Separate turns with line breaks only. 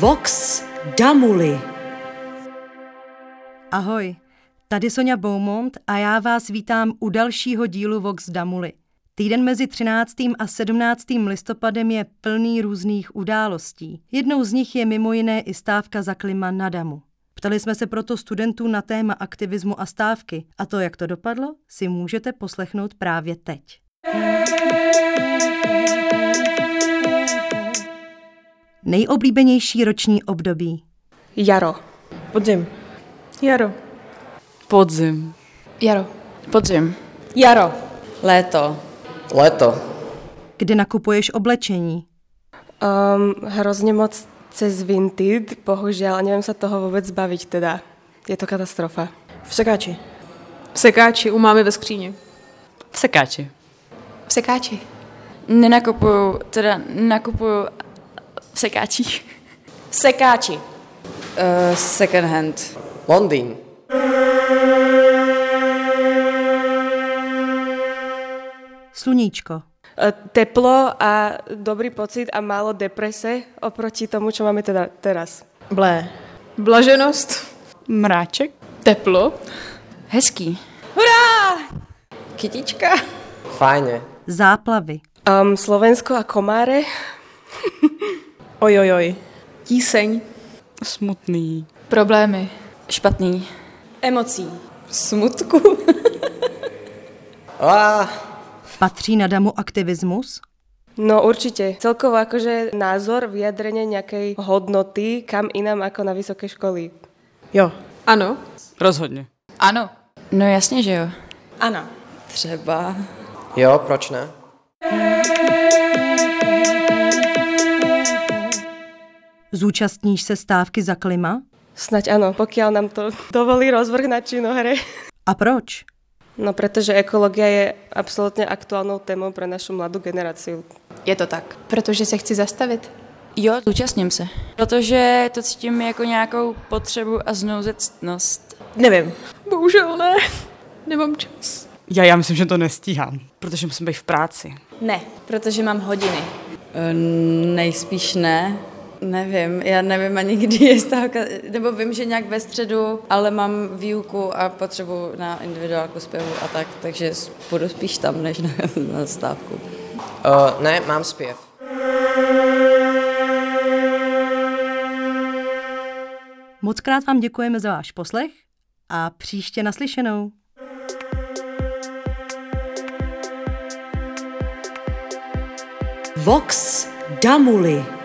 Vox Damuli.
Ahoj, tady Sonja Beaumont a já vás vítám u dalšího dílu Vox Damuli. Týden mezi 13. a 17. listopadem je plný různých událostí. Jednou z nich je mimo jiné i stávka za klima na Damu. Ptali jsme se proto studentů na téma aktivismu a stávky a to, jak to dopadlo, si můžete poslechnout právě teď. Nejoblíbenější roční období.
Jaro.
Podzim.
Jaro.
Podzim.
Jaro.
Podzim.
Jaro.
Léto.
Léto.
Kde nakupuješ oblečení?
Um, hrozně moc cez Vinted, bohužel, a nevím se toho vůbec zbavit teda. Je to katastrofa.
V sekáči.
V sekáči, u máme ve skříně.
V sekáči.
V sekáči.
Nenakupuju, teda nakupuju v sekáčích.
V sekáči.
Uh, second hand.
Londýn.
Sluníčko.
E, Teplo a dobrý pocit a málo deprese oproti tomu, co máme teda teraz.
Blé.
Blaženost.
Mráček.
Teplo.
Hezký.
Hurá!
Kytička.
Fajně.
Záplavy.
Um, Slovensko a komáre.
Ojojoj.
Tíseň.
Smutný.
Problémy.
Špatný.
Emocí.
Smutku.
Ah,
Patří na Damu aktivismus?
No určite. Celkovo akože názor, vyjadrenie nejakej hodnoty kam inám ako na vysoké školy.
Jo.
Áno.
Rozhodně.
Ano. No jasně, že jo.
Áno.
Třeba.
jo, proč ne?
Zúčastníš se stávky za klima?
Snaď áno, pokiaľ nám to dovolí rozvrh na činohre.
A proč?
No pretože ekológia je absolútne aktuálnou témou pre našu mladú generáciu.
Je to tak. Protože se chci zastavit.
Jo, zúčastním se. Protože to cítím jako nějakou potřebu a znouzectnost.
Nevím.
Bohužel ne. Nemám čas.
Já, já myslím, že to nestíhám, protože musím být v práci.
Ne, protože mám hodiny.
Uh, nejspíš ne. Nevím, já nevím ani kdy je stávka, nebo vím, že nějak ve středu, ale mám výuku a potřebu na individuálku zpěvu a tak, takže budu spíš tam, než na, na stávku.
Uh, ne, mám zpěv.
Moc krát vám děkujeme za váš poslech a příště naslyšenou.
Vox Damuli.